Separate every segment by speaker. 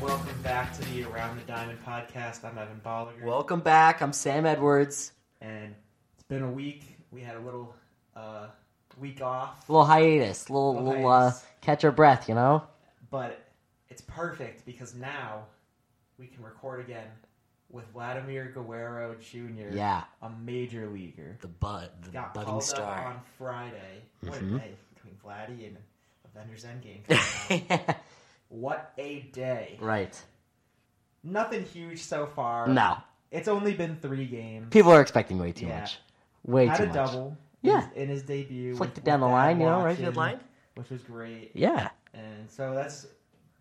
Speaker 1: welcome back to the Around the Diamond podcast. I'm Evan Bolliger.
Speaker 2: Welcome back. I'm Sam Edwards.
Speaker 1: and it's been a week. We had a little uh, week off,
Speaker 2: Little hiatus. Little,
Speaker 1: Little
Speaker 2: little uh,
Speaker 1: hiatus.
Speaker 2: catch our breath. You know.
Speaker 1: but it's perfect because now we can record again with Vladimir Guerrero Jr.,
Speaker 2: Yeah.
Speaker 1: a major leaguer.
Speaker 2: The bud. The
Speaker 1: Got
Speaker 2: budding
Speaker 1: called
Speaker 2: star.
Speaker 1: up on Friday. What a
Speaker 2: Mhm.
Speaker 1: day between Vladdy and Avengers Endgame. coming out. what a day.
Speaker 2: right.
Speaker 1: Nothing huge so far.
Speaker 2: No.
Speaker 1: It's only been three games.
Speaker 2: People are expecting way too
Speaker 1: Yeah.
Speaker 2: much. Way
Speaker 1: had
Speaker 2: too
Speaker 1: a
Speaker 2: much.
Speaker 1: double.
Speaker 2: Yeah.
Speaker 1: in his- in his debut.
Speaker 2: Flicked
Speaker 1: with-
Speaker 2: it down the
Speaker 1: with
Speaker 2: line.
Speaker 1: Adam
Speaker 2: You know, right
Speaker 1: Watson,
Speaker 2: field line.
Speaker 1: which was great.
Speaker 2: Yeah.
Speaker 1: And so that's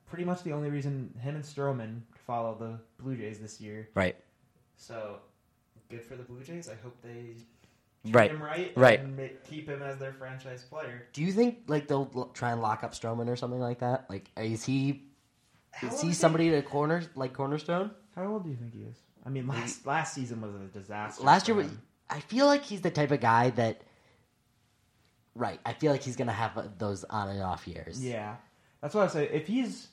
Speaker 1: pretty much the only reason him and Stroman follow the Blue Jays this year.
Speaker 2: Right.
Speaker 1: So good for the Blue Jays. I hope they treat
Speaker 2: Right.
Speaker 1: him right,
Speaker 2: Right.
Speaker 1: and ma- keep him as their franchise player.
Speaker 2: Do you think like they'll lo- try and lock up Stroman or something like that? Like, is he
Speaker 1: How
Speaker 2: is
Speaker 1: old
Speaker 2: he
Speaker 1: is
Speaker 2: somebody to corner like cornerstone?
Speaker 1: How old do you think he is? I mean, last last season was a disaster.
Speaker 2: Last
Speaker 1: for
Speaker 2: year, was-
Speaker 1: him.
Speaker 2: I feel like he's the type of guy that. Right, I feel like he's gonna have uh, those on and off years.
Speaker 1: yeah, that's what I say. If he's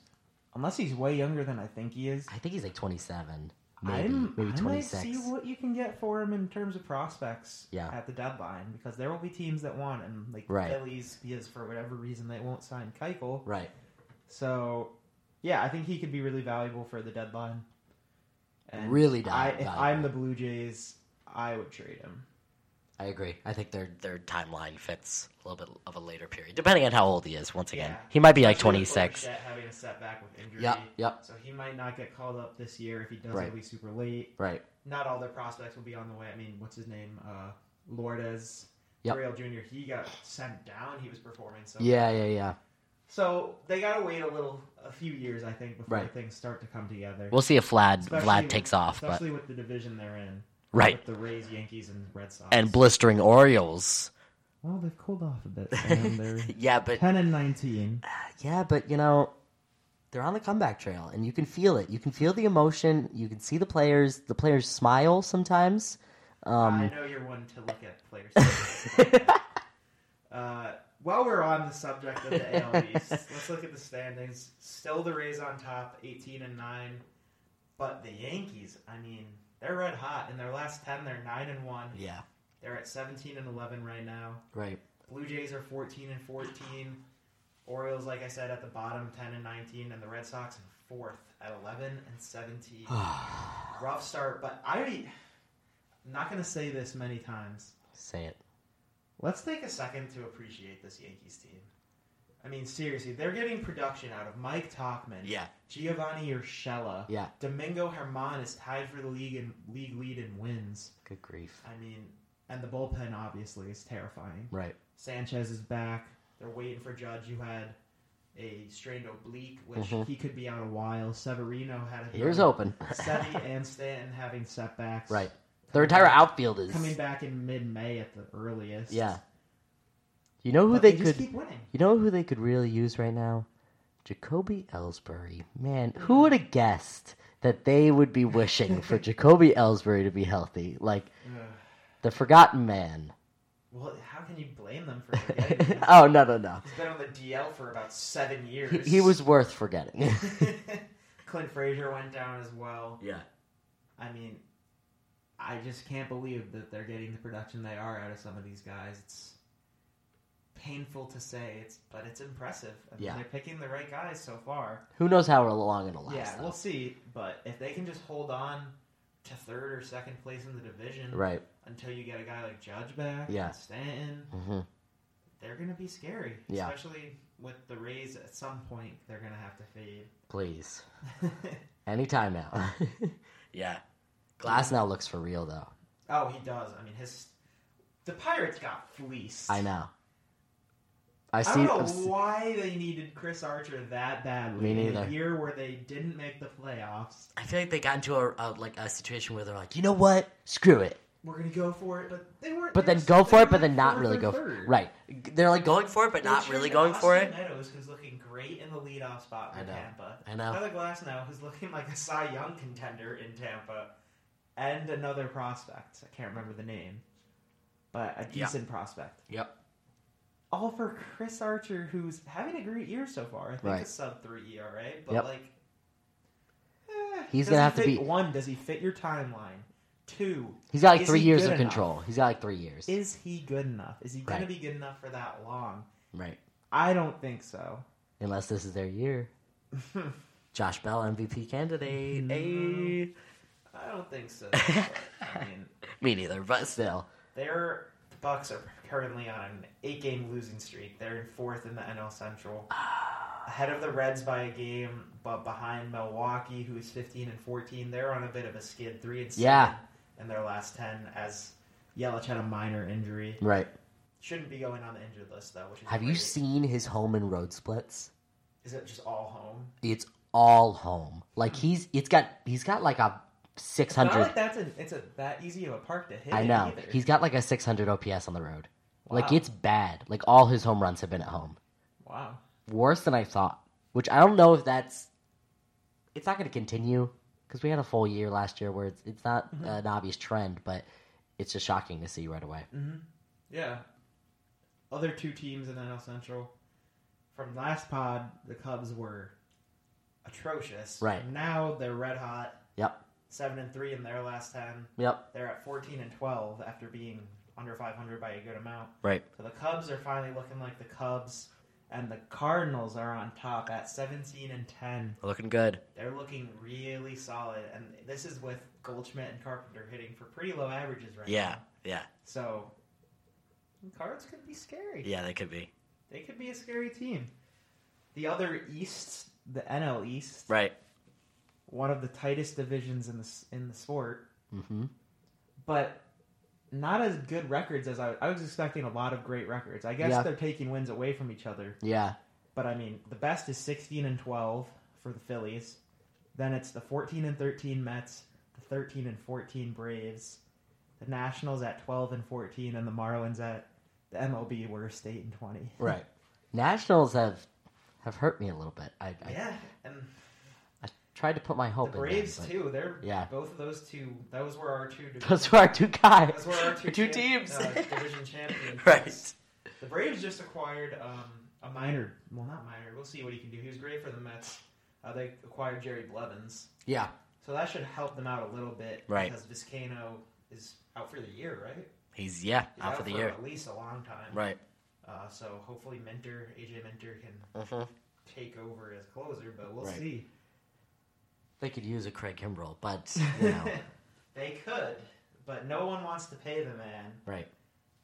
Speaker 1: unless he's way younger than I think he is,
Speaker 2: I think he's like 27, maybe
Speaker 1: I'm,
Speaker 2: maybe
Speaker 1: I might
Speaker 2: 26.
Speaker 1: see what you can get for him in terms of prospects
Speaker 2: Yeah.
Speaker 1: at the deadline because there will be teams that want him, like
Speaker 2: Right.
Speaker 1: the Phillies, because for whatever reason they won't sign Keuchel.
Speaker 2: Right,
Speaker 1: So, yeah, I think he could be really valuable for the deadline. And
Speaker 2: Really val-
Speaker 1: I, if
Speaker 2: valuable.
Speaker 1: I'm the Blue Jays, I would trade him.
Speaker 2: I agree. I think their their timeline fits a little bit of a later period, depending on how old he is. Once again,
Speaker 1: Yeah.
Speaker 2: he might be like
Speaker 1: Especially with
Speaker 2: 26.
Speaker 1: Bichette having a setback with injury.
Speaker 2: Yep, yep.
Speaker 1: So he might not get called up this year. If he does,
Speaker 2: Right.
Speaker 1: it'll be super late.
Speaker 2: Right,
Speaker 1: not all their prospects will be on the way. I mean, what's his name? Uh, Lourdes
Speaker 2: Yep.
Speaker 1: Gurriel Jr. He got sent down. He was performing. So
Speaker 2: yeah, yeah, yeah.
Speaker 1: So they gotta wait a little, a few years, I think, before
Speaker 2: Right.
Speaker 1: things start to come together.
Speaker 2: We'll see if Vlad
Speaker 1: Especially
Speaker 2: Vlad
Speaker 1: with-
Speaker 2: takes off, but
Speaker 1: especially with the division they're in.
Speaker 2: Right.
Speaker 1: With the Rays, Yankees, and Red Sox.
Speaker 2: and blistering Orioles.
Speaker 1: well, they've cooled off a bit. Sam. They're
Speaker 2: yeah, but
Speaker 1: ten and nineteen.
Speaker 2: yeah, but you know, they're on the comeback trail, and you can feel it. You can feel the emotion. You can see the players. The players smile sometimes.
Speaker 1: I
Speaker 2: Um,
Speaker 1: know you're one to look at players. uh, while we're on the subject of the AL East, let's look at the standings. Still the Rays on top, 18 and 9. But the Yankees, I mean, they're red hot. In their last 10, they're 9 and 1.
Speaker 2: yeah,
Speaker 1: They're at 17 and 11 right now.
Speaker 2: right.
Speaker 1: Blue Jays are 14 and 14. Orioles, like I said, at the bottom, 10 and 19. And the Red Sox in fourth at 11 and 17 rough start, but I I'm not gonna say this many times.
Speaker 2: Say it.
Speaker 1: Let's take a second to appreciate this Yankees team. I mean, seriously, they're getting production out of Mike Talkman,
Speaker 2: Yeah,
Speaker 1: Giovanni Urshela,
Speaker 2: yeah.
Speaker 1: Domingo Herman is tied for the league in league lead in wins.
Speaker 2: Good grief.
Speaker 1: I mean, and the bullpen obviously is terrifying.
Speaker 2: Right.
Speaker 1: Sanchez is back. They're waiting for Judge, who had a strained oblique, which
Speaker 2: Mhm.
Speaker 1: he could be out a while. Severino had a
Speaker 2: Here's open.
Speaker 1: Seve and Stanton having setbacks.
Speaker 2: Right. The entire outfield is.
Speaker 1: coming back in mid-May at the earliest.
Speaker 2: Yeah. You know who
Speaker 1: But
Speaker 2: they,
Speaker 1: just
Speaker 2: could.
Speaker 1: keep winning.
Speaker 2: You know who they could really use right now? Jacoby Ellsbury. Man, who would have guessed that they would be wishing for Jacoby Ellsbury to be healthy? Like
Speaker 1: Ugh.
Speaker 2: the forgotten man.
Speaker 1: Well, how can you blame them for forgetting? He's-
Speaker 2: oh no no no.
Speaker 1: He's been on the DL for about seven years.
Speaker 2: He, he was worth forgetting.
Speaker 1: Clint Frazier went down as well.
Speaker 2: yeah.
Speaker 1: I mean, I just can't believe that they're getting the production they are out of some of these guys. It's painful to say, it's but it's impressive. I mean,
Speaker 2: Yeah.
Speaker 1: they're picking the right guys so far.
Speaker 2: Who knows how long it'll last?
Speaker 1: yeah,
Speaker 2: though.
Speaker 1: we'll see. But if they can just hold on to third or second place in the division,
Speaker 2: Right.
Speaker 1: until you get a guy like Judge back,
Speaker 2: Yeah.
Speaker 1: and Stanton,
Speaker 2: hmm
Speaker 1: they're gonna be scary.
Speaker 2: Yeah.
Speaker 1: Especially with the Rays at some point they're gonna have to fade.
Speaker 2: Please. Anytime now. yeah. Glass now looks for real though.
Speaker 1: oh, he does. I mean his the Pirates got fleeced.
Speaker 2: I know. I
Speaker 1: I
Speaker 2: see.
Speaker 1: don't know
Speaker 2: I've se-
Speaker 1: why they needed Chris Archer that badly
Speaker 2: Me
Speaker 1: in
Speaker 2: neither.
Speaker 1: a year where they didn't make the playoffs.
Speaker 2: I feel like they got into a, a like a situation where they're like, you know what? Screw it.
Speaker 1: We're gonna go for it, but they weren't.
Speaker 2: But
Speaker 1: they
Speaker 2: then
Speaker 1: were-
Speaker 2: go
Speaker 1: they
Speaker 2: for
Speaker 1: were
Speaker 2: it, but then not
Speaker 1: fourth
Speaker 2: really
Speaker 1: or
Speaker 2: go for
Speaker 1: third.
Speaker 2: it. Right. They're like going for it, but
Speaker 1: They
Speaker 2: not
Speaker 1: traded
Speaker 2: really going for
Speaker 1: Austin
Speaker 2: it.
Speaker 1: Meadows, who's looking great in the leadoff spot for
Speaker 2: I know.
Speaker 1: Tampa.
Speaker 2: I know.
Speaker 1: Another Glass now who's looking like a Cy Young contender in Tampa, and another prospect. I can't remember the name, but a
Speaker 2: Yeah.
Speaker 1: decent prospect.
Speaker 2: Yep.
Speaker 1: All for Chris Archer, who's having a great year so far. I think
Speaker 2: Right.
Speaker 1: it's sub three ERA, but
Speaker 2: Yep.
Speaker 1: like
Speaker 2: He's
Speaker 1: Does
Speaker 2: gonna
Speaker 1: he
Speaker 2: have to
Speaker 1: fit-
Speaker 2: be-
Speaker 1: one. Does he fit your timeline? Two.
Speaker 2: He's got like
Speaker 1: Is
Speaker 2: three
Speaker 1: he
Speaker 2: years
Speaker 1: good
Speaker 2: of
Speaker 1: enough?
Speaker 2: control. He's got like three years.
Speaker 1: Is he good enough? Is he gonna
Speaker 2: Right.
Speaker 1: be good enough for that long?
Speaker 2: right.
Speaker 1: I don't think so.
Speaker 2: Unless this is their year. Josh Bell MVP candidate. Hey.
Speaker 1: I don't think so. But, I mean,
Speaker 2: Me neither, but still.
Speaker 1: their the Bucks are currently on an eight-game losing streak. They're in fourth in the NL Central,
Speaker 2: Ah.
Speaker 1: ahead of the Reds by a game, but behind Milwaukee, who is fifteen and fourteen. They're on a bit of a skid, three and seven
Speaker 2: Yeah.
Speaker 1: in their last ten. As Yelich had a minor injury,
Speaker 2: Right.
Speaker 1: shouldn't be going on the injured list though. Which is
Speaker 2: Have you
Speaker 1: great.
Speaker 2: seen his home and road splits?
Speaker 1: Is it just all home?
Speaker 2: It's all home. Like
Speaker 1: Hmm.
Speaker 2: he's it's got he's got like a six
Speaker 1: Not
Speaker 2: hundred
Speaker 1: like that's an, it's a that easy of a park to hit.
Speaker 2: I know.
Speaker 1: either.
Speaker 2: He's got like a six hundred OPS on the road. Like
Speaker 1: Wow.
Speaker 2: it's bad. Like all his home runs have been at home.
Speaker 1: wow.
Speaker 2: Worse than I thought. Which I don't know if that's it's not going to continue because we had a full year last year where it's, it's not
Speaker 1: Mm-hmm.
Speaker 2: an obvious trend, but it's just shocking to see right away.
Speaker 1: Mm-hmm. Yeah. Other two teams in NL Central from last pod, the Cubs were atrocious.
Speaker 2: Right.
Speaker 1: Now they're red hot,
Speaker 2: Yep.
Speaker 1: seven and three in their last ten.
Speaker 2: Yep.
Speaker 1: They're at fourteen and twelve after being under five hundred by a good amount.
Speaker 2: Right.
Speaker 1: So the Cubs are finally looking like the Cubs, and the Cardinals are on top at seventeen and ten.
Speaker 2: Looking good.
Speaker 1: They're looking really solid, and this is with Goldschmidt and Carpenter hitting for pretty low averages right now.
Speaker 2: Yeah.
Speaker 1: So cards could be scary.
Speaker 2: Yeah, they could be.
Speaker 1: They could be a scary team. The other East, the NL East,
Speaker 2: Right.
Speaker 1: one of the tightest divisions in the s- in the sport,
Speaker 2: Mm-hmm.
Speaker 1: but not as good records as I, I was expecting. A lot of great records. I guess
Speaker 2: Yeah.
Speaker 1: they're taking wins away from each other.
Speaker 2: Yeah.
Speaker 1: But I mean, the best is 16 and 12 for the Phillies. Then it's the 14 and 13 Mets, the 13 and 14 Braves, the Nationals at 12 and 14, and the Marlins at the MLB worst 8 and 20.
Speaker 2: Right. Nationals have have hurt me a little bit. I, I,
Speaker 1: Yeah, and
Speaker 2: I tried to put my
Speaker 1: the
Speaker 2: hope in
Speaker 1: Braves
Speaker 2: them, but
Speaker 1: too. They're
Speaker 2: Yeah.
Speaker 1: both of those two. Those were our two. Division,
Speaker 2: Those were our two guys.
Speaker 1: those were our two,
Speaker 2: two
Speaker 1: champ-
Speaker 2: teams.
Speaker 1: uh, division champions.
Speaker 2: right.
Speaker 1: The Braves just acquired um, a minor. Well, not minor. We'll see what he can do. He was great for the Mets. Uh, they acquired Jerry Blevins.
Speaker 2: Yeah.
Speaker 1: So that should help them out a little bit,
Speaker 2: Right.
Speaker 1: Because Viscano is out for the year, right?
Speaker 2: He's yeah
Speaker 1: He's at least a long time,
Speaker 2: Right.
Speaker 1: Uh, so hopefully, Minter, AJ Minter, can
Speaker 2: Mm-hmm.
Speaker 1: take over as closer, but we'll
Speaker 2: Right.
Speaker 1: see.
Speaker 2: They could use a Craig Kimbrell, but you know,
Speaker 1: they could, but no one wants to pay the man.
Speaker 2: right.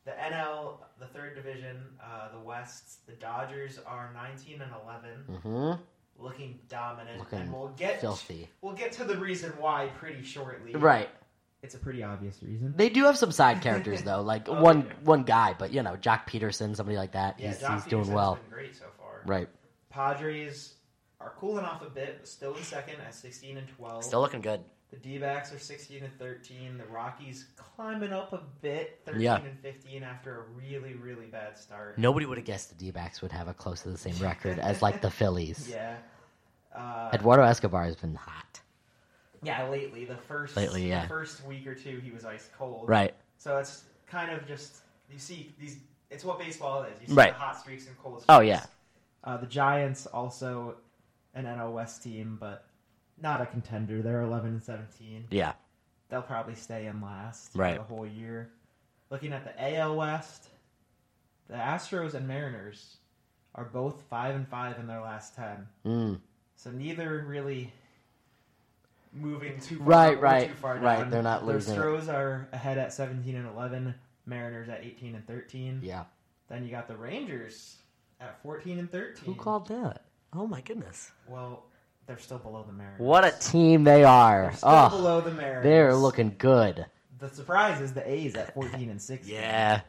Speaker 1: The NL, the third division, uh, the West, the Dodgers are 19 and 11,
Speaker 2: Mm-hmm.
Speaker 1: looking dominant,
Speaker 2: Looking
Speaker 1: and we'll get
Speaker 2: Filthy.
Speaker 1: we'll get to the reason why pretty shortly.
Speaker 2: Right.
Speaker 1: It's a pretty obvious reason.
Speaker 2: They do have some side characters though, like
Speaker 1: Oh,
Speaker 2: one
Speaker 1: they do.
Speaker 2: one guy, but you know, Jock Peterson, somebody like that.
Speaker 1: Yeah,
Speaker 2: he's
Speaker 1: Doc
Speaker 2: he's doing
Speaker 1: Peterson's
Speaker 2: well.
Speaker 1: Been great so far.
Speaker 2: Right.
Speaker 1: Padres are cooling off a bit, but still in second at 16 and 12.
Speaker 2: looking good.
Speaker 1: The D-backs are 16 and 13. The Rockies climbing up a bit, 13
Speaker 2: Yeah.
Speaker 1: and 15 after a really, really bad start.
Speaker 2: Nobody would have guessed the D backs would have a close to the same record as like the Phillies.
Speaker 1: Yeah. Uh,
Speaker 2: Eduardo Escobar has been hot.
Speaker 1: yeah, lately, the first
Speaker 2: Lately,
Speaker 1: the
Speaker 2: yeah.
Speaker 1: first week or two, he was ice cold.
Speaker 2: Right.
Speaker 1: So it's kind of just, you see, these. it's what baseball is. You see
Speaker 2: Right.
Speaker 1: the hot streaks and cold streaks.
Speaker 2: Oh, yeah.
Speaker 1: Uh, the Giants also an NL West team, but not a contender. They're 11 and 17.
Speaker 2: Yeah.
Speaker 1: they'll probably stay in last for
Speaker 2: Right.
Speaker 1: the whole year. Looking at the AL West, the Astros and Mariners are both five and five in their last ten.
Speaker 2: Mm.
Speaker 1: So neither really moving too far
Speaker 2: Right,
Speaker 1: or
Speaker 2: right,
Speaker 1: too far
Speaker 2: right.
Speaker 1: down.
Speaker 2: They're not
Speaker 1: The
Speaker 2: losing it.
Speaker 1: Astros are ahead at seventeen and eleven. Mariners at eighteen and thirteen.
Speaker 2: Yeah.
Speaker 1: Then you got the Rangers at fourteen and thirteen.
Speaker 2: Who called that? Oh my goodness.
Speaker 1: Well, they're still below the Mariners.
Speaker 2: What a team they are.
Speaker 1: They're still
Speaker 2: Oh,
Speaker 1: below the Mariners.
Speaker 2: they're looking good.
Speaker 1: The surprise is the A's at fourteen and sixteen.
Speaker 2: Yeah.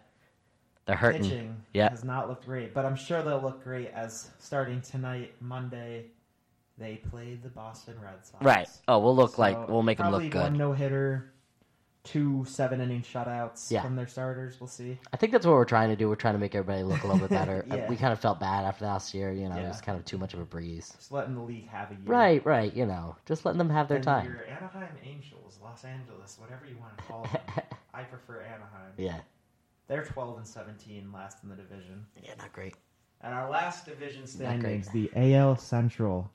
Speaker 2: They're hurting.
Speaker 1: pitching
Speaker 2: Yeah.
Speaker 1: has not looked great, but I'm sure they'll look great as starting tonight, Monday, they play the Boston Red Sox.
Speaker 2: Right. Oh, we'll look
Speaker 1: So,
Speaker 2: like we'll make them
Speaker 1: probably
Speaker 2: look good.
Speaker 1: One no hitter, two seven inning shutouts
Speaker 2: Yeah.
Speaker 1: from their starters. We'll see.
Speaker 2: I think that's what we're trying to do. We're trying to make everybody look a little bit better. Uh,
Speaker 1: Yeah.
Speaker 2: We kind of felt bad after last year. You know, it
Speaker 1: Yeah.
Speaker 2: was kind of too much of a breeze.
Speaker 1: Just letting the league have a year.
Speaker 2: Right, right. You know, just letting them have their
Speaker 1: And
Speaker 2: time.
Speaker 1: Your Anaheim Angels, Los Angeles, whatever you want to call them. I prefer Anaheim.
Speaker 2: yeah.
Speaker 1: They're 12 and 17, last in the division.
Speaker 2: Yeah, not great.
Speaker 1: And our last division
Speaker 2: great.
Speaker 1: standings, the AL Central.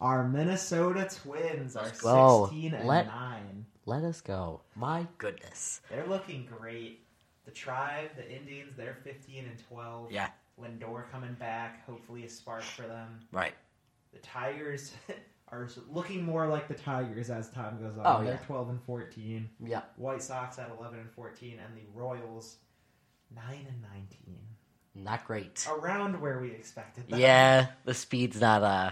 Speaker 1: Our Minnesota Twins are
Speaker 2: Let's go.
Speaker 1: 16 and
Speaker 2: Let-
Speaker 1: 9.
Speaker 2: Let us go. My goodness.
Speaker 1: They're looking great. The Tribe, the Indians, they're 15 and 12.
Speaker 2: Yeah.
Speaker 1: Lindor coming back, hopefully a spark for them.
Speaker 2: Right.
Speaker 1: The Tigers are looking more like the Tigers as time goes on.
Speaker 2: Oh,
Speaker 1: they're
Speaker 2: yeah.
Speaker 1: 12 and 14.
Speaker 2: Yeah.
Speaker 1: White Sox at 11 and 14, and the Royals 9 and 19.
Speaker 2: Not great.
Speaker 1: Oh, Around where we expected them.
Speaker 2: Yeah, the speed's not uh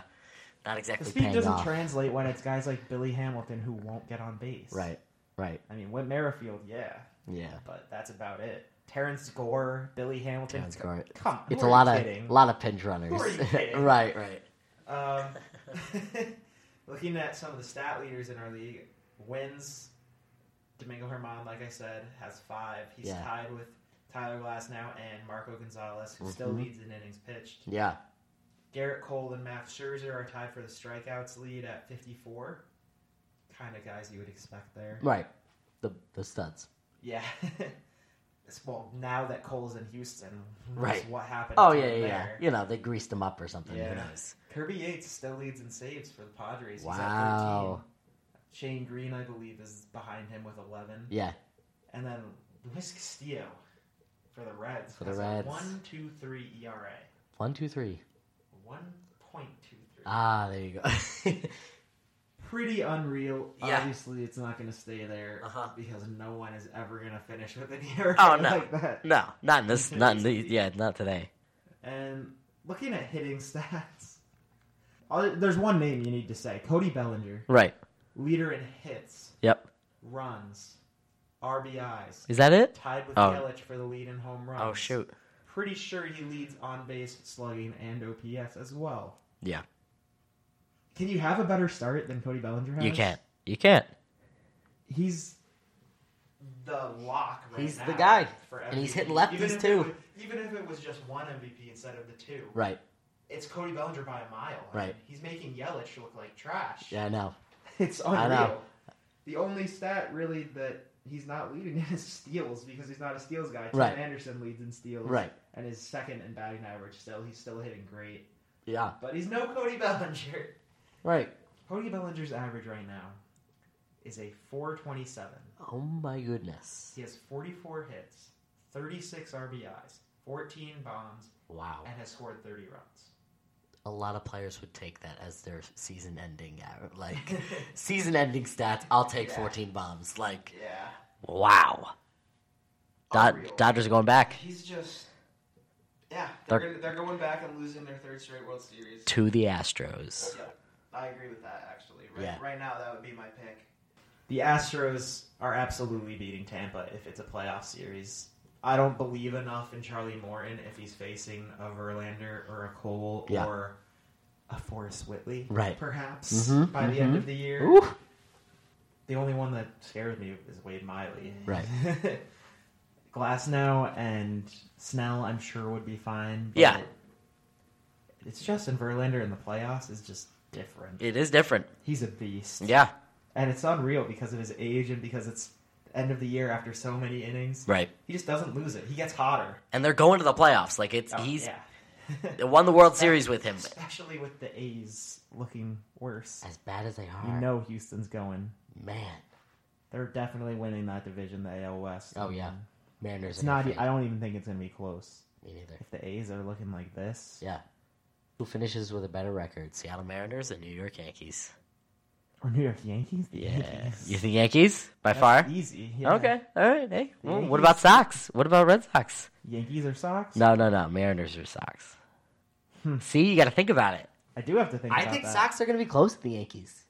Speaker 2: not
Speaker 1: The
Speaker 2: exactly
Speaker 1: speed
Speaker 2: paying
Speaker 1: doesn't
Speaker 2: off.
Speaker 1: translate when it's guys like Billy Hamilton who won't get on base.
Speaker 2: Right. Right.
Speaker 1: I mean, Whit Merrifield, yeah,
Speaker 2: Yeah.
Speaker 1: but that's about it. Terrence Gore, Billy Hamilton.
Speaker 2: Terrence Gore.
Speaker 1: Come on.
Speaker 2: It's
Speaker 1: who
Speaker 2: a
Speaker 1: are
Speaker 2: lot
Speaker 1: you
Speaker 2: of
Speaker 1: kidding?
Speaker 2: a lot of pinch runners.
Speaker 1: Who are you kidding?
Speaker 2: right, right.
Speaker 1: Um, looking at some of the stat leaders in our league, wins. Domingo Herman, like I said, has five. He's
Speaker 2: Yeah.
Speaker 1: tied with Tyler Glass now and Marco Gonzalez, who still
Speaker 2: Mhm.
Speaker 1: leads in innings pitched.
Speaker 2: Yeah.
Speaker 1: Garrett Cole and Max Scherzer are tied for the strikeouts lead at 54. Kind of guys you would expect there.
Speaker 2: Right. The the studs.
Speaker 1: Yeah. It's- well, now that Cole's in Houston, that's
Speaker 2: Right.
Speaker 1: what happened?
Speaker 2: Oh
Speaker 1: to
Speaker 2: yeah,
Speaker 1: him
Speaker 2: yeah, yeah.
Speaker 1: there.
Speaker 2: You know, they greased them up or something. Who
Speaker 1: Yeah.
Speaker 2: knows?
Speaker 1: Kirby Yates still leads in saves for the Padres. He's at 13.
Speaker 2: Wow.
Speaker 1: Shane Green, I believe, is behind him with 11.
Speaker 2: Yeah.
Speaker 1: And then Luis Castillo for the Reds.
Speaker 2: For the
Speaker 1: has a
Speaker 2: Reds.
Speaker 1: 1.23 ERA.
Speaker 2: One, two, three.
Speaker 1: 1.23.
Speaker 2: Ah, there you go.
Speaker 1: Pretty unreal.
Speaker 2: Yeah.
Speaker 1: Obviously, it's not going to stay there
Speaker 2: Uh-huh.
Speaker 1: because no one is ever going to finish with an ERA
Speaker 2: Oh, no.
Speaker 1: like that.
Speaker 2: no, not in this. Not in the. Yeah, not today.
Speaker 1: And looking at hitting stats, all- there's one name you need to say Cody Bellinger,
Speaker 2: Right.
Speaker 1: leader in hits,
Speaker 2: Yep.
Speaker 1: runs, RBIs,
Speaker 2: Is that it?
Speaker 1: tied with
Speaker 2: Oh.
Speaker 1: Yelich for the lead in home runs.
Speaker 2: Oh shoot.
Speaker 1: Pretty sure he leads on base, slugging, and OPS as well.
Speaker 2: Yeah.
Speaker 1: Can you have a better start than Cody Bellinger has?
Speaker 2: You can't. You can't.
Speaker 1: He's the lock right
Speaker 2: He's the
Speaker 1: now
Speaker 2: guy.
Speaker 1: for
Speaker 2: And he's
Speaker 1: MVP.
Speaker 2: hitting lefties,
Speaker 1: Even if it
Speaker 2: too.
Speaker 1: was- even if it was just one MVP instead of the two,
Speaker 2: Right.
Speaker 1: it's Cody Bellinger by a mile. I
Speaker 2: Right.
Speaker 1: mean, he's making Yelich look like trash.
Speaker 2: Yeah, I know.
Speaker 1: It's unreal.
Speaker 2: I know.
Speaker 1: The only stat really that he's not leading in is steals because he's not a steals guy. Tim
Speaker 2: Right.
Speaker 1: Anderson leads in steals.
Speaker 2: Right.
Speaker 1: And is second in batting average still. He's still hitting great.
Speaker 2: Yeah.
Speaker 1: But he's no Cody Bellinger.
Speaker 2: Right.
Speaker 1: Cody Bellinger's average right now is a 427.
Speaker 2: Oh my goodness.
Speaker 1: He has 44 hits, 36 RBIs, 14 bombs,
Speaker 2: Wow.
Speaker 1: and has scored 30 runs.
Speaker 2: A lot of players would take that as their season-ending, uh, like season-ending stats. I'll take
Speaker 1: Yeah.
Speaker 2: 14 bombs. Like,
Speaker 1: yeah.
Speaker 2: wow. Dod-
Speaker 1: Unreal.
Speaker 2: Dodgers are going back
Speaker 1: He's just. Yeah,
Speaker 2: They're-
Speaker 1: they're, gonna, they're going back and losing their third straight World Series.
Speaker 2: to the Astros.
Speaker 1: Yeah, I agree with that actually. Right,
Speaker 2: Yeah.
Speaker 1: right now, that would be my pick. The Astros are absolutely beating Tampa if it's a playoff series. I don't believe enough in Charlie Morton if he's facing a Verlander or a Cole
Speaker 2: Yeah.
Speaker 1: or a Forrest Whitley,
Speaker 2: Right.
Speaker 1: Perhaps
Speaker 2: Mhm,
Speaker 1: by the end
Speaker 2: mhm.
Speaker 1: of the year.
Speaker 2: Ooh.
Speaker 1: The only one that scares me is Wade Miley.
Speaker 2: Right.
Speaker 1: Glasnow and Snell, I'm sure, would be fine. but
Speaker 2: Yeah.
Speaker 1: It's Justin Verlander in the playoffs is just different.
Speaker 2: It is different.
Speaker 1: He's a beast.
Speaker 2: Yeah.
Speaker 1: And it's unreal because of his age and because it's end of the year after so many innings.
Speaker 2: Right.
Speaker 1: He just doesn't lose it. He gets hotter.
Speaker 2: And they're going to the playoffs. Like it's
Speaker 1: Oh,
Speaker 2: he's
Speaker 1: yeah.
Speaker 2: they won the World Series with him.
Speaker 1: Especially with the A's looking worse.
Speaker 2: As bad as they
Speaker 1: You
Speaker 2: are,
Speaker 1: know Houston's going.
Speaker 2: man.
Speaker 1: They're definitely winning that division, the AL West.
Speaker 2: Oh, yeah. Mariners.
Speaker 1: It's
Speaker 2: in
Speaker 1: not e,
Speaker 2: the
Speaker 1: I
Speaker 2: fight.
Speaker 1: don't even think it's gonna be close.
Speaker 2: Me neither.
Speaker 1: If the A's are looking like this.
Speaker 2: Yeah. Who finishes with a better record? Seattle Mariners and New York Yankees.
Speaker 1: Or New York Yankees? The Yankees.
Speaker 2: You think Yankees by
Speaker 1: That's
Speaker 2: far?
Speaker 1: Easy. yeah.
Speaker 2: Okay. All right. Hey. Well, what
Speaker 1: Yankees.
Speaker 2: about Sox? What about Red Sox?
Speaker 1: Yankees or Sox?
Speaker 2: No, no, no. Mariners or Sox.
Speaker 1: Hmm.
Speaker 2: See, you got to think about it.
Speaker 1: I do have to think
Speaker 2: I
Speaker 1: about
Speaker 2: think
Speaker 1: that.
Speaker 2: Sox are going to be close to the Yankees.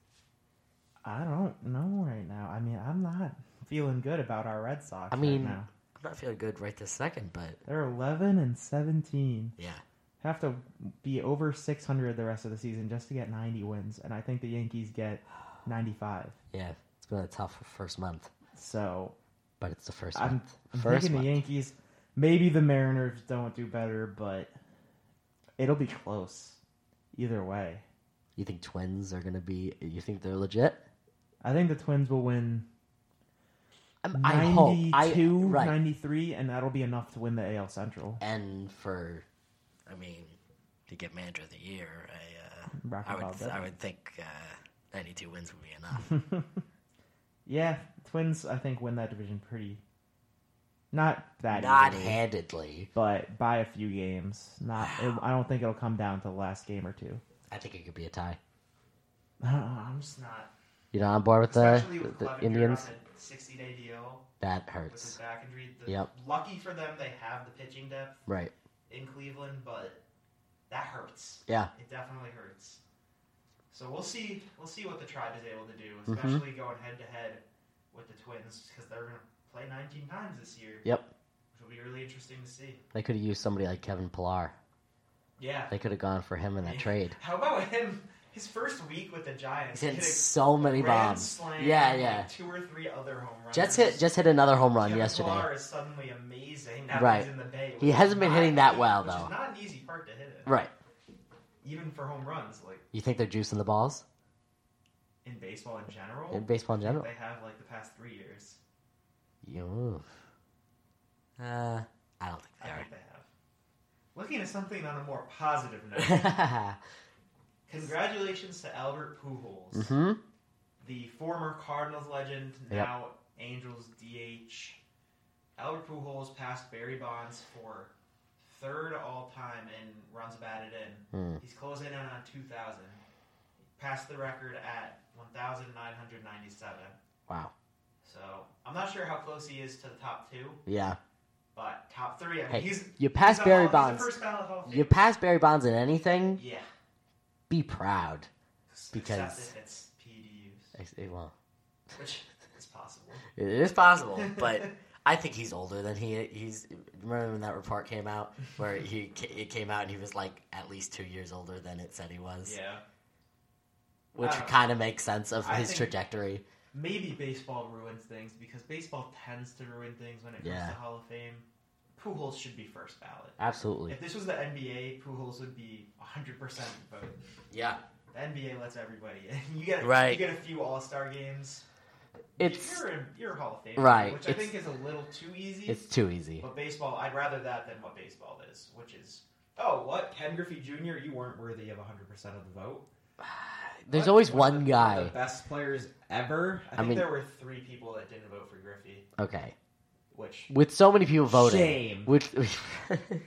Speaker 1: I don't know right now. I mean, I'm not feeling good about our Red Sox.
Speaker 2: I mean-
Speaker 1: right now.
Speaker 2: I'm not feeling good right this second, but
Speaker 1: they're 11 and 17.
Speaker 2: yeah,
Speaker 1: Have to be over 600 the rest of the season just to get 90 wins, and I think the Yankees get 95.
Speaker 2: yeah. It's been a tough first month,
Speaker 1: So
Speaker 2: but it's the 1st
Speaker 1: I'm,
Speaker 2: month.
Speaker 1: I'm
Speaker 2: first
Speaker 1: thinking
Speaker 2: month.
Speaker 1: the Yankees. Maybe the Mariners don't do better, but it'll be close either way.
Speaker 2: You think Twins are going to be? You think they're legit?
Speaker 1: I think the Twins will win
Speaker 2: I'm, I hope. I
Speaker 1: 92,
Speaker 2: right.
Speaker 1: 93, and that'll be enough to win the AL Central.
Speaker 2: and for, I mean, to get manager of the year, I, uh, I
Speaker 3: Rocking
Speaker 2: would,
Speaker 3: Wild Bit.
Speaker 2: I would think uh, 92 wins would be enough.
Speaker 3: yeah, Twins I think win that division pretty. Not that
Speaker 2: Not
Speaker 3: easily,
Speaker 2: handedly.
Speaker 3: but by a few games. Not. It, I don't think it'll come down to the last game or two.
Speaker 2: I think it could be a tie.
Speaker 3: I don't know.
Speaker 1: I'm just not.
Speaker 2: You know, on board with the,
Speaker 1: Especially with
Speaker 2: the
Speaker 1: Clevenger
Speaker 2: Indians.
Speaker 1: on a 60 day deal
Speaker 2: That
Speaker 1: with his
Speaker 2: hurts.
Speaker 1: back injury. The,
Speaker 2: Yep.
Speaker 1: Lucky for them, they have the pitching depth
Speaker 2: Right.
Speaker 1: in Cleveland, but that hurts.
Speaker 2: Yeah.
Speaker 1: It definitely hurts. So we'll see. We'll see what the tribe is able to do,
Speaker 2: Mm-hmm.
Speaker 1: especially going head to head with the Twins because they're going to play 19 times this year.
Speaker 2: Yep.
Speaker 1: Which will be really interesting to see.
Speaker 2: They could have used somebody like Kevin Pillar.
Speaker 1: Yeah.
Speaker 2: They could have gone for him in that
Speaker 1: Yeah.
Speaker 2: trade.
Speaker 1: How about him? His first week with the Giants,
Speaker 2: He's hitting
Speaker 1: hit a
Speaker 2: so many
Speaker 1: grand
Speaker 2: bombs.
Speaker 1: slam,
Speaker 2: Yeah,
Speaker 1: and,
Speaker 2: yeah.
Speaker 1: like, two or three other home runs.
Speaker 2: Just hit just hit another home run
Speaker 1: Kevin
Speaker 2: yesterday.
Speaker 1: Pillar is suddenly amazing. Now
Speaker 2: Right.
Speaker 1: He's in the Bay,
Speaker 2: He
Speaker 1: which
Speaker 2: hasn't
Speaker 1: is
Speaker 2: been
Speaker 1: not
Speaker 2: hitting that
Speaker 1: easy-
Speaker 2: well,
Speaker 1: which is
Speaker 2: though.
Speaker 1: not an easy part to hit it,
Speaker 2: Right.
Speaker 1: even for home runs. Like
Speaker 2: You think they're juicing the balls
Speaker 1: in baseball in general,
Speaker 2: in baseball in general?
Speaker 1: they have like the past three years.
Speaker 2: You. Uh, I don't
Speaker 1: I think
Speaker 2: think
Speaker 1: they have. Looking at something on a more positive
Speaker 2: they
Speaker 1: note,
Speaker 2: are.
Speaker 1: congratulations to Albert Pujols,
Speaker 2: mm-hmm.
Speaker 1: the former Cardinals legend,
Speaker 2: Yep.
Speaker 1: now Angels DH. Albert Pujols passed Barry Bonds for third all time in runs batted in.
Speaker 2: Mm.
Speaker 1: He's closing in on 2,000. Passed the record at 1,997.
Speaker 2: Wow.
Speaker 1: So I'm not sure how close he is to the top two,
Speaker 2: Yeah.
Speaker 1: but top three. I mean,
Speaker 2: Hey,
Speaker 1: he's
Speaker 2: You pass
Speaker 1: he's a
Speaker 2: Barry
Speaker 1: Hall- he's a
Speaker 2: Bonds.
Speaker 1: first ballot Hall of
Speaker 2: You
Speaker 1: Famer.
Speaker 2: pass Barry Bonds in anything.
Speaker 1: yeah,
Speaker 2: Be proud. Because-
Speaker 1: except if it's PDUs,
Speaker 2: Ex- Well,
Speaker 1: which is possible.
Speaker 2: it is possible, but I think he's older than he he's. Remember when that report came out where he ca- it came out and he was like at least two years older than it said he was,
Speaker 1: yeah,
Speaker 2: which
Speaker 1: I don't know.
Speaker 2: kind of makes sense of
Speaker 1: I
Speaker 2: his
Speaker 1: think-
Speaker 2: trajectory.
Speaker 1: maybe baseball ruins things because baseball tends to ruin things when it comes
Speaker 2: Yeah.
Speaker 1: to Hall of Fame. Pujols should be first ballot.
Speaker 2: Absolutely.
Speaker 1: If this was the NBA, Pujols would be 100% vote.
Speaker 2: Yeah.
Speaker 1: The NBA lets everybody in. You get
Speaker 2: Right.
Speaker 1: you get a few All Star games.
Speaker 2: It's
Speaker 1: you're a, you're a Hall of Famer,
Speaker 2: Right,
Speaker 1: Which I
Speaker 2: it's-
Speaker 1: think is a little too easy.
Speaker 2: it's too easy.
Speaker 1: But baseball, I'd rather that than what baseball is, which is oh, what Ken Griffey Jr. You weren't worthy of 100 percent of the vote.
Speaker 2: There's
Speaker 1: What?
Speaker 2: always
Speaker 1: One of
Speaker 2: one
Speaker 1: the- one of
Speaker 2: guy.
Speaker 1: the best players ever. I,
Speaker 2: I
Speaker 1: think
Speaker 2: mean-
Speaker 1: there were three people that didn't vote for Griffey,
Speaker 2: Okay.
Speaker 1: which
Speaker 2: With so many people voting.
Speaker 1: Shame.
Speaker 2: Which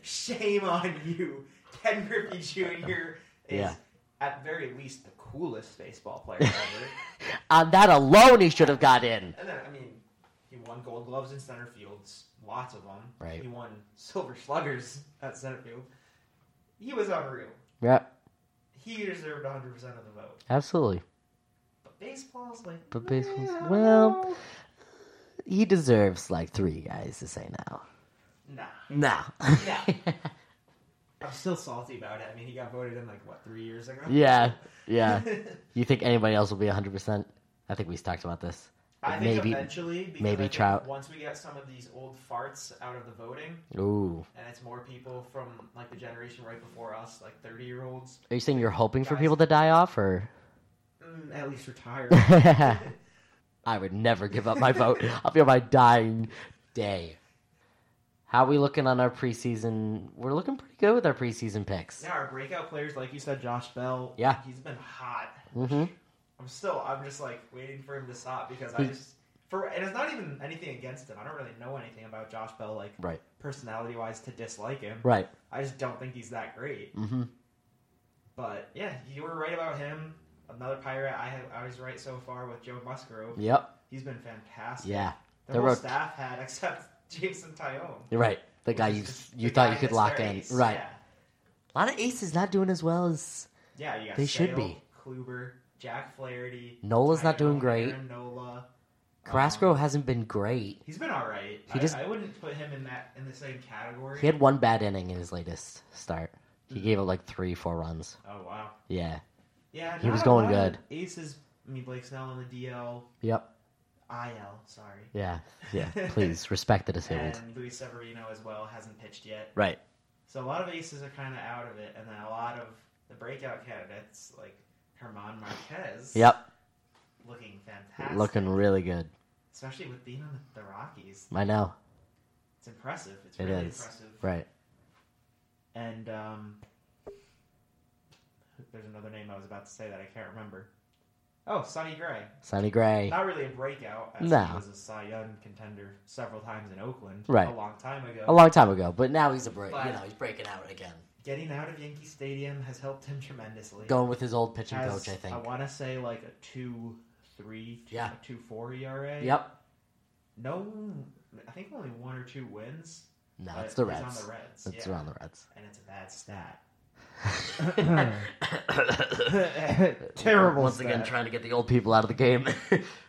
Speaker 1: shame on you. Ken Griffey Jr. is
Speaker 2: Yeah.
Speaker 1: at very least the coolest baseball player ever.
Speaker 2: on that alone he should have got in.
Speaker 1: And then, I mean, he won Gold Gloves in center fields, lots of them.
Speaker 2: Right.
Speaker 1: He won Silver Sluggers at center field. He was unreal.
Speaker 2: Yep.
Speaker 1: He deserved 100% of the vote.
Speaker 2: Absolutely.
Speaker 1: But baseball's like.
Speaker 2: But baseball's-
Speaker 1: "Nah, I don't
Speaker 2: well-
Speaker 1: know."
Speaker 2: He deserves like three guys to say now.
Speaker 1: Nah.
Speaker 2: No.
Speaker 1: Yeah. I'm still salty about it. I mean, he got voted in like, what, three years ago?
Speaker 2: yeah. Yeah. You think anybody else will be 100%? I think we talked about this.
Speaker 1: I think
Speaker 2: Maybe-
Speaker 1: eventually, because
Speaker 2: maybe
Speaker 1: I think
Speaker 2: Trout.
Speaker 1: Once we get some of these old farts out of the voting,
Speaker 2: Ooh.
Speaker 1: and it's more people from like the generation right before us, like 30 year olds,
Speaker 2: Are you saying you're hoping for
Speaker 1: Guys.
Speaker 2: people to die off or
Speaker 1: mm, at least retire.
Speaker 2: I would never give up my vote. I'll be on my dying day. How we looking on our preseason? We're looking pretty good with our preseason picks.
Speaker 1: Yeah, our breakout players, like you said, Josh Bell.
Speaker 2: Yeah.
Speaker 1: he's been hot.
Speaker 2: hmm
Speaker 1: I'm still, I'm just like waiting for him to stop because I
Speaker 2: He-
Speaker 1: just for and it's not even anything against him. I don't really know anything about Josh Bell, like
Speaker 2: Right.
Speaker 1: personality wise, to dislike him.
Speaker 2: Right.
Speaker 1: I just don't think he's that great.
Speaker 2: hmm
Speaker 1: But yeah, you were right about him. Another pirate, I have, I was right so far with Joe Musgrove.
Speaker 2: Yep.
Speaker 1: He's been fantastic.
Speaker 2: Yeah.
Speaker 1: the
Speaker 2: the
Speaker 1: whole
Speaker 2: rot-
Speaker 1: staff had except Jameson Tyone.
Speaker 2: You're right. The guy you you
Speaker 1: The
Speaker 2: thought
Speaker 1: guy
Speaker 2: you could
Speaker 1: that's
Speaker 2: lock
Speaker 1: their
Speaker 2: in.
Speaker 1: ace.
Speaker 2: Right.
Speaker 1: Yeah.
Speaker 2: A lot of aces not doing as well as
Speaker 1: Yeah, you got
Speaker 2: They should
Speaker 1: Sale,
Speaker 2: be.
Speaker 1: Kluber, Jack Flaherty.
Speaker 2: Nola's not
Speaker 1: Tyone,
Speaker 2: doing great.
Speaker 1: Aaron Nola.
Speaker 2: Carrasco
Speaker 1: Um,
Speaker 2: hasn't been great.
Speaker 1: he's been all right. I,
Speaker 2: He just-
Speaker 1: I wouldn't put him in that in the same category.
Speaker 2: He had one bad inning in his latest start. He
Speaker 1: Mm.
Speaker 2: gave up like three, four runs.
Speaker 1: Oh wow.
Speaker 2: Yeah.
Speaker 1: Yeah,
Speaker 2: He was
Speaker 1: not a
Speaker 2: going
Speaker 1: lot of
Speaker 2: good.
Speaker 1: Aces. I mean Blake Snell on the DL.
Speaker 2: Yep.
Speaker 1: IL. Sorry.
Speaker 2: Yeah. Yeah. Please respect the disabled.
Speaker 1: And Luis Severino as well hasn't pitched yet.
Speaker 2: Right.
Speaker 1: So a lot of aces are kind of out of it, and then a lot of the breakout candidates like Herman Marquez.
Speaker 2: Yep.
Speaker 1: Looking fantastic.
Speaker 2: Looking really good.
Speaker 1: Especially with being on the, the Rockies.
Speaker 2: I know.
Speaker 1: It's impressive. It's
Speaker 2: It
Speaker 1: really
Speaker 2: is.
Speaker 1: impressive.
Speaker 2: Right.
Speaker 1: And um, there's another name I was about to say that I can't remember. Oh, Sonny Gray.
Speaker 2: Sonny Gray.
Speaker 1: Not really a breakout, as
Speaker 2: No.
Speaker 1: he was a Cy Young contender several times in Oakland
Speaker 2: Right.
Speaker 1: a long time ago.
Speaker 2: A long time ago, but now he's a break. You
Speaker 4: But-
Speaker 2: know, he's breaking out again.
Speaker 1: Getting out of Yankee Stadium has helped him tremendously.
Speaker 2: Going with his old pitching
Speaker 1: Has,
Speaker 2: coach, I think.
Speaker 1: want to say like a two three, two,
Speaker 2: Yeah.
Speaker 1: two four ERA.
Speaker 2: Yep.
Speaker 1: No, I think only one or two wins.
Speaker 2: No,
Speaker 1: but
Speaker 2: it's the
Speaker 1: he's
Speaker 2: Reds.
Speaker 1: On the Reds.
Speaker 2: It's
Speaker 1: yeah.
Speaker 2: around the Reds.
Speaker 1: and it's a bad stat.
Speaker 2: Once again,
Speaker 1: stat.
Speaker 2: trying to get the old people out of the game,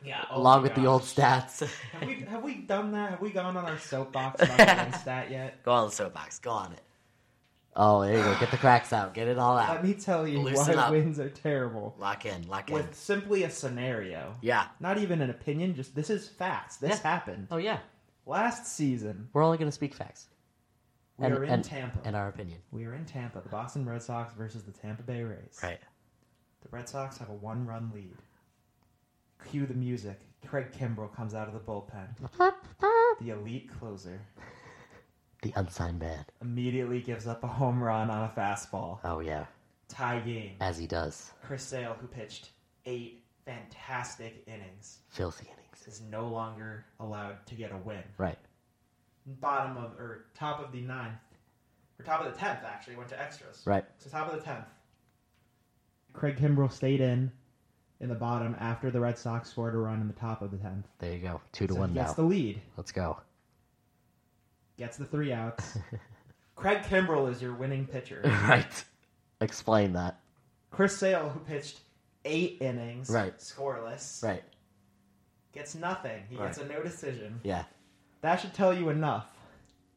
Speaker 1: yeah, oh
Speaker 2: along
Speaker 1: my
Speaker 2: with the
Speaker 1: gosh.
Speaker 2: old stats.
Speaker 1: Have we have we done that? Have we gone on our soapbox about the win stat yet?
Speaker 2: go on the soapbox. Go on it. Oh, there you go. Get the cracks out. Get it all
Speaker 1: Let
Speaker 2: out.
Speaker 1: me tell you
Speaker 2: Loosen
Speaker 1: why
Speaker 2: up.
Speaker 1: wins are terrible.
Speaker 2: Lock in. Lock in.
Speaker 1: With simply a scenario,
Speaker 2: Yeah.
Speaker 1: not even an opinion. Just this is facts. This
Speaker 2: Yeah.
Speaker 1: happened
Speaker 2: Oh yeah.
Speaker 1: last season.
Speaker 2: We're only going to speak facts
Speaker 1: We
Speaker 2: And-
Speaker 1: were in
Speaker 2: and-
Speaker 1: Tampa.
Speaker 2: and our opinion.
Speaker 1: we were in Tampa. The Boston Red Sox versus the Tampa Bay Rays.
Speaker 2: Right.
Speaker 1: The Red Sox have a one-run lead. Cue the music. Craig Kimbrell comes out of the bullpen. The elite closer
Speaker 2: The unsigned man.
Speaker 1: immediately gives up a home run on a fastball.
Speaker 2: Oh yeah.
Speaker 1: Tie game.
Speaker 2: As he does.
Speaker 1: Chris Sale, who pitched eight fantastic innings,
Speaker 2: Filthy innings.
Speaker 1: is no longer allowed to get a win.
Speaker 2: Right.
Speaker 4: Bottom of or top of the ninth, or top of the tenth actually went to extras.
Speaker 2: Right.
Speaker 4: So top of the tenth.
Speaker 1: Craig Kimbrell stayed in in the bottom after the Red Sox scored a run in the top of the tenth.
Speaker 2: There you go. Two to
Speaker 1: So
Speaker 2: one
Speaker 1: he gets
Speaker 2: now.
Speaker 1: the lead,
Speaker 2: Let's go.
Speaker 1: gets the three outs. Craig Kimbrell is your winning pitcher.
Speaker 2: right. Explain that.
Speaker 1: Chris Sale, who pitched eight innings,
Speaker 2: Right.
Speaker 1: scoreless,
Speaker 2: Right.
Speaker 1: gets nothing. He gets a no decision.
Speaker 2: Yeah.
Speaker 1: That should tell you enough.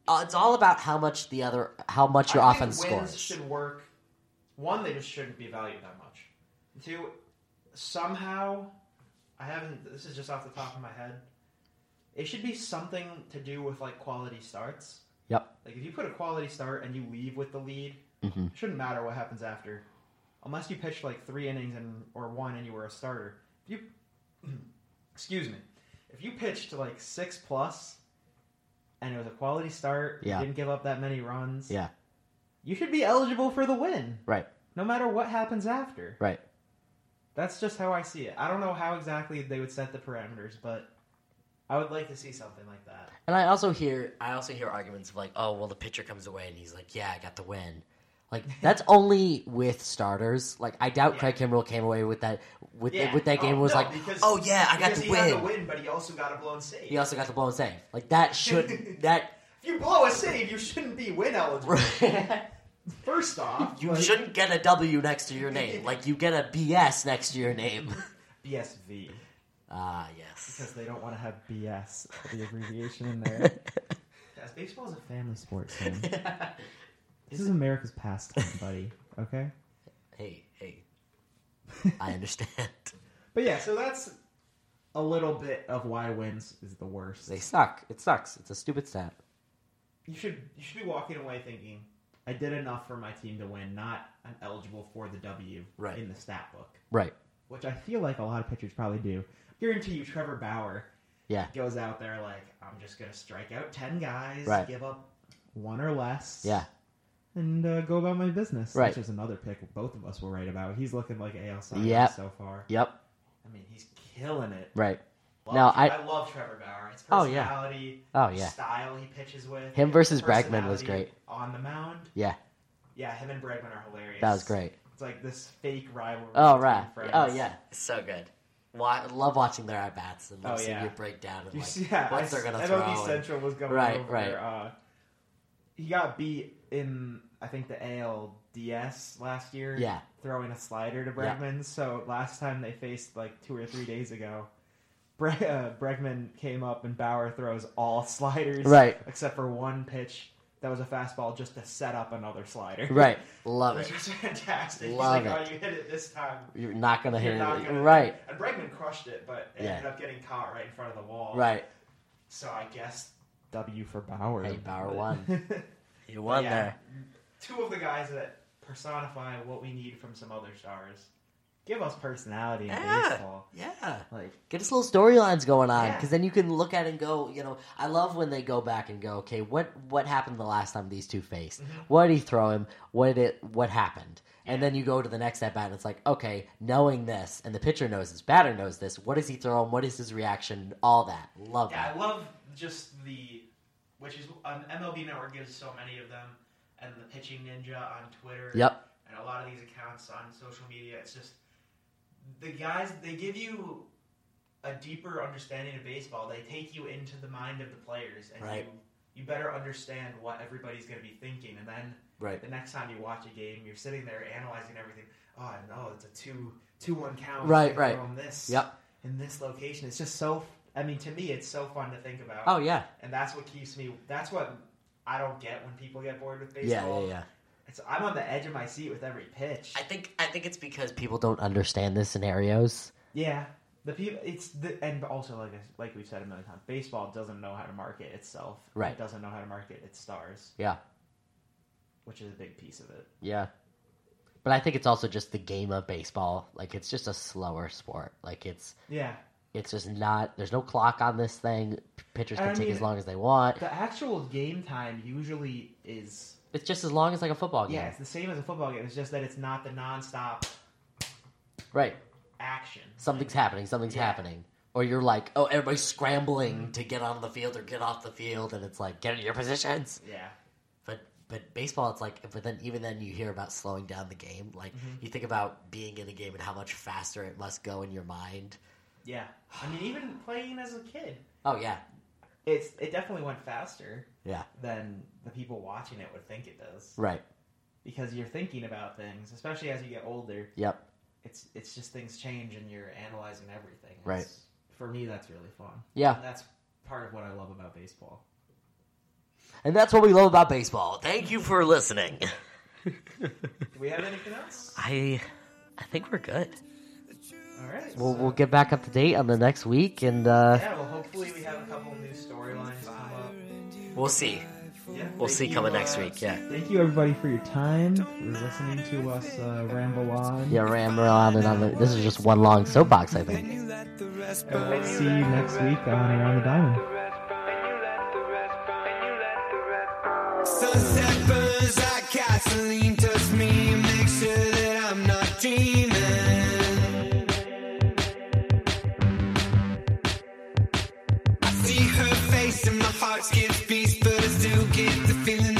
Speaker 2: Uh, it's all about how much the other, how much your
Speaker 4: I think
Speaker 2: offense
Speaker 4: wins
Speaker 2: scores.
Speaker 4: should work. One, they just shouldn't be valued that much. Two, somehow, I haven't. This is just off the top of my head. It should be something to do with like quality starts.
Speaker 2: Yep.
Speaker 4: Like if you put a quality start and you leave with the lead,
Speaker 2: Mhm.
Speaker 4: it shouldn't matter what happens after, unless you pitched like three innings and or one and you were a starter. If you, excuse me, if you pitched like six plus, and it was a quality start,
Speaker 2: Yeah.
Speaker 4: you didn't give up that many runs.
Speaker 2: Yeah.
Speaker 1: You should be eligible for the win,
Speaker 2: Right.
Speaker 1: no matter what happens after.
Speaker 2: Right.
Speaker 1: That's just how I see it. I don't know how exactly they would set the parameters, but
Speaker 4: I would like to see something like that.
Speaker 2: And I also hear, I also hear arguments of like, oh, well, the pitcher comes away and he's like, yeah, I got the win. Like that's only with starters. Like I doubt
Speaker 4: Yeah.
Speaker 2: Craig Kimbrell came away with that with
Speaker 4: Yeah.
Speaker 2: with that game
Speaker 4: Oh,
Speaker 2: was
Speaker 4: no,
Speaker 2: like,
Speaker 4: because-
Speaker 2: oh yeah, I got
Speaker 4: because
Speaker 2: the
Speaker 4: he had
Speaker 2: win.
Speaker 4: the win, but he also got a blown save.
Speaker 2: He also got the blown save. Like that should that
Speaker 4: If you blow a save, you shouldn't be win eligible. First off,
Speaker 2: you
Speaker 4: like,
Speaker 2: shouldn't get a W next to your name. Like you get a BS next to your name.
Speaker 1: BSV
Speaker 2: Ah, yes.
Speaker 1: because they don't want to have BS the abbreviation in there.
Speaker 4: yes, baseball is a
Speaker 1: Family sports. Sam. This is America's pastime, buddy. Okay.
Speaker 2: hey, hey. I understand.
Speaker 1: But yeah, so that's a little bit of why wins is the worst.
Speaker 2: they suck. It sucks. It's a stupid stat.
Speaker 1: You should you should be walking away thinking, I did enough for my team to win, not I'm eligible for the W
Speaker 2: Right.
Speaker 1: in the stat book,
Speaker 2: Right.
Speaker 1: which I feel like a lot of pitchers probably do. guarantee you, Trevor Bauer
Speaker 2: Yeah.
Speaker 1: goes out there like, I'm just gonna strike out ten guys,
Speaker 2: Right.
Speaker 1: give up one or less,
Speaker 2: Yeah.
Speaker 1: and uh, go about my business.
Speaker 2: Right.
Speaker 1: which is another pick both of us were right about. He's looking like AL side
Speaker 2: Yep.
Speaker 1: so far.
Speaker 2: Yep.
Speaker 1: I mean, he's killing it.
Speaker 2: Right.
Speaker 4: Love
Speaker 2: Now,
Speaker 4: Tre-
Speaker 2: I-
Speaker 4: love Trevor Bauer. His
Speaker 2: Oh, yeah.
Speaker 4: personality,
Speaker 2: Oh yeah.
Speaker 4: style he pitches with.
Speaker 2: Him
Speaker 4: his
Speaker 2: versus Bregman was
Speaker 4: personality
Speaker 2: great.
Speaker 4: On the mound,
Speaker 2: Yeah.
Speaker 4: yeah, him and Bregman are hilarious.
Speaker 2: That was great.
Speaker 4: It's like this fake rivalry.
Speaker 2: Oh
Speaker 4: between
Speaker 2: right.
Speaker 4: friends.
Speaker 2: Oh yeah. So good. Wa- love watching their at bats and love
Speaker 1: Oh,
Speaker 2: seeing
Speaker 1: yeah.
Speaker 2: you break down and
Speaker 1: You
Speaker 2: like
Speaker 1: see, yeah,
Speaker 2: what
Speaker 1: I-
Speaker 2: they're gonna
Speaker 1: MLB
Speaker 2: throw. and-
Speaker 1: Central was going
Speaker 2: Right,
Speaker 1: over.
Speaker 2: right.
Speaker 1: Uh, he got beat in I think the ALDS last year.
Speaker 2: Yeah.
Speaker 1: throwing a slider to
Speaker 2: Yeah.
Speaker 1: Bregman. So last time they faced like two or three days ago, Bre- uh, Bregman came up and Bauer throws all sliders,
Speaker 2: Right.
Speaker 1: except for one pitch that was a fastball just to set up another slider.
Speaker 2: Right. Love it.
Speaker 4: Which was fantastic.
Speaker 2: Love
Speaker 4: He's like,
Speaker 2: it.
Speaker 4: oh, you hit it this time.
Speaker 2: You're not gonna hit
Speaker 4: You're not
Speaker 2: it.
Speaker 4: gonna-
Speaker 2: Right.
Speaker 4: And Bregman crushed it, but it
Speaker 2: Yeah.
Speaker 4: ended up getting caught right in front of the wall.
Speaker 2: Right.
Speaker 4: So I guess
Speaker 1: W for Bauer.
Speaker 2: Hey, Bauer won. You
Speaker 4: won Yeah. there. two of the guys that personify what we need from some other stars.
Speaker 1: Give us personality in
Speaker 2: Yeah.
Speaker 1: baseball.
Speaker 2: Yeah.
Speaker 1: Like
Speaker 2: Get us little storylines going on
Speaker 4: Yeah.
Speaker 2: because then you can look at it and go, you know, I love when they go back and go,
Speaker 4: Mm-hmm.
Speaker 2: okay, what what happened the last time these two faced? What did he throw him? What did it? What happened? And then you go to the next at bat, and it's like, okay, knowing this, and the pitcher knows this, batter knows this. What does he throw? And what is his reaction? All that, love
Speaker 1: Yeah,
Speaker 2: that.
Speaker 1: I love just the, which is um, MLB Network gives so many of them, and the Pitching Ninja on Twitter.
Speaker 2: Yep.
Speaker 1: And a lot of these accounts on social media, it's just the guys. They give you a deeper understanding of baseball. They take you into the mind of the players, and
Speaker 2: Right.
Speaker 1: you you better understand what everybody's going to be thinking. And then
Speaker 2: Right.
Speaker 1: the next time you watch a game, you're sitting there analyzing everything. Oh no, it's a two two one count.
Speaker 2: Right,
Speaker 1: They
Speaker 2: right.
Speaker 1: throw 'em This
Speaker 2: Yep.
Speaker 1: in this location. It's just so. I mean, to me, it's so fun to think about.
Speaker 2: Oh yeah.
Speaker 1: And that's what keeps me. That's what I don't get when people get bored with
Speaker 2: Yeah,
Speaker 1: baseball.
Speaker 2: yeah, yeah.
Speaker 1: It's, I'm on the edge of my seat with every pitch.
Speaker 2: I think I think it's because people don't understand the scenarios.
Speaker 3: Yeah, the people. It's the and also like I, like we've said a million times, baseball doesn't know how to market itself.
Speaker 2: Right.
Speaker 3: It doesn't know how to market its stars.
Speaker 2: Yeah.
Speaker 3: Which is a big piece of it.
Speaker 2: Yeah. But I think it's also just the game of baseball. Like it's just a slower sport. Like it's
Speaker 3: Yeah.
Speaker 2: it's just not there's no clock on this thing. Pitchers can
Speaker 3: I
Speaker 2: take
Speaker 3: mean-
Speaker 2: as long as they want.
Speaker 3: The actual game time usually is
Speaker 2: It's just as long as like a football game.
Speaker 3: yeah, it's the same as a football game. It's just that it's not the nonstop
Speaker 2: Right.
Speaker 3: action.
Speaker 2: Something's happening, something's
Speaker 3: Yeah.
Speaker 2: happening. Or you're like, oh, everybody's scrambling to get on the field or get off the field, and it's like, get in your positions.
Speaker 3: Yeah.
Speaker 2: But but baseball, it's like, but then even then you hear about slowing down the game. Like you think about being in a game and how much faster it must go in your mind.
Speaker 3: Yeah.
Speaker 1: I mean, even playing as a kid,
Speaker 2: Oh yeah,
Speaker 3: It's it definitely went faster
Speaker 2: yeah,
Speaker 3: than the people watching it would think it does.
Speaker 2: right,
Speaker 3: Because you're thinking about things, especially as you get older,
Speaker 2: yep,
Speaker 3: it's it's just things change and you're analyzing everything.
Speaker 2: Right.
Speaker 3: It's- For me that's really fun.
Speaker 2: yeah,
Speaker 3: That's part of what I love about baseball.
Speaker 2: and that's what we love about baseball. Thank you for listening.
Speaker 1: do we have anything else?
Speaker 2: I I think we're good.
Speaker 1: All right.
Speaker 2: We'll
Speaker 1: so-
Speaker 2: we'll get back up to date on the next week, and uh,
Speaker 1: yeah. Well, hopefully we have a couple new storylines come up.
Speaker 2: we'll see.
Speaker 1: Yeah.
Speaker 2: We'll
Speaker 1: thank
Speaker 2: see
Speaker 1: you,
Speaker 2: coming
Speaker 1: uh,
Speaker 2: next week. Yeah,
Speaker 3: Thank you everybody for your time, for listening to us uh, ramble on.
Speaker 2: yeah, ram on and on. The, this is just one long soapbox, I think.
Speaker 5: you let the rest
Speaker 3: And we'll see you next week on Around the Diamond.
Speaker 5: Sunset burns like gasoline, touch me and make sure that I'm not dreaming. I see her face and my heart skips beats, but I still get the feeling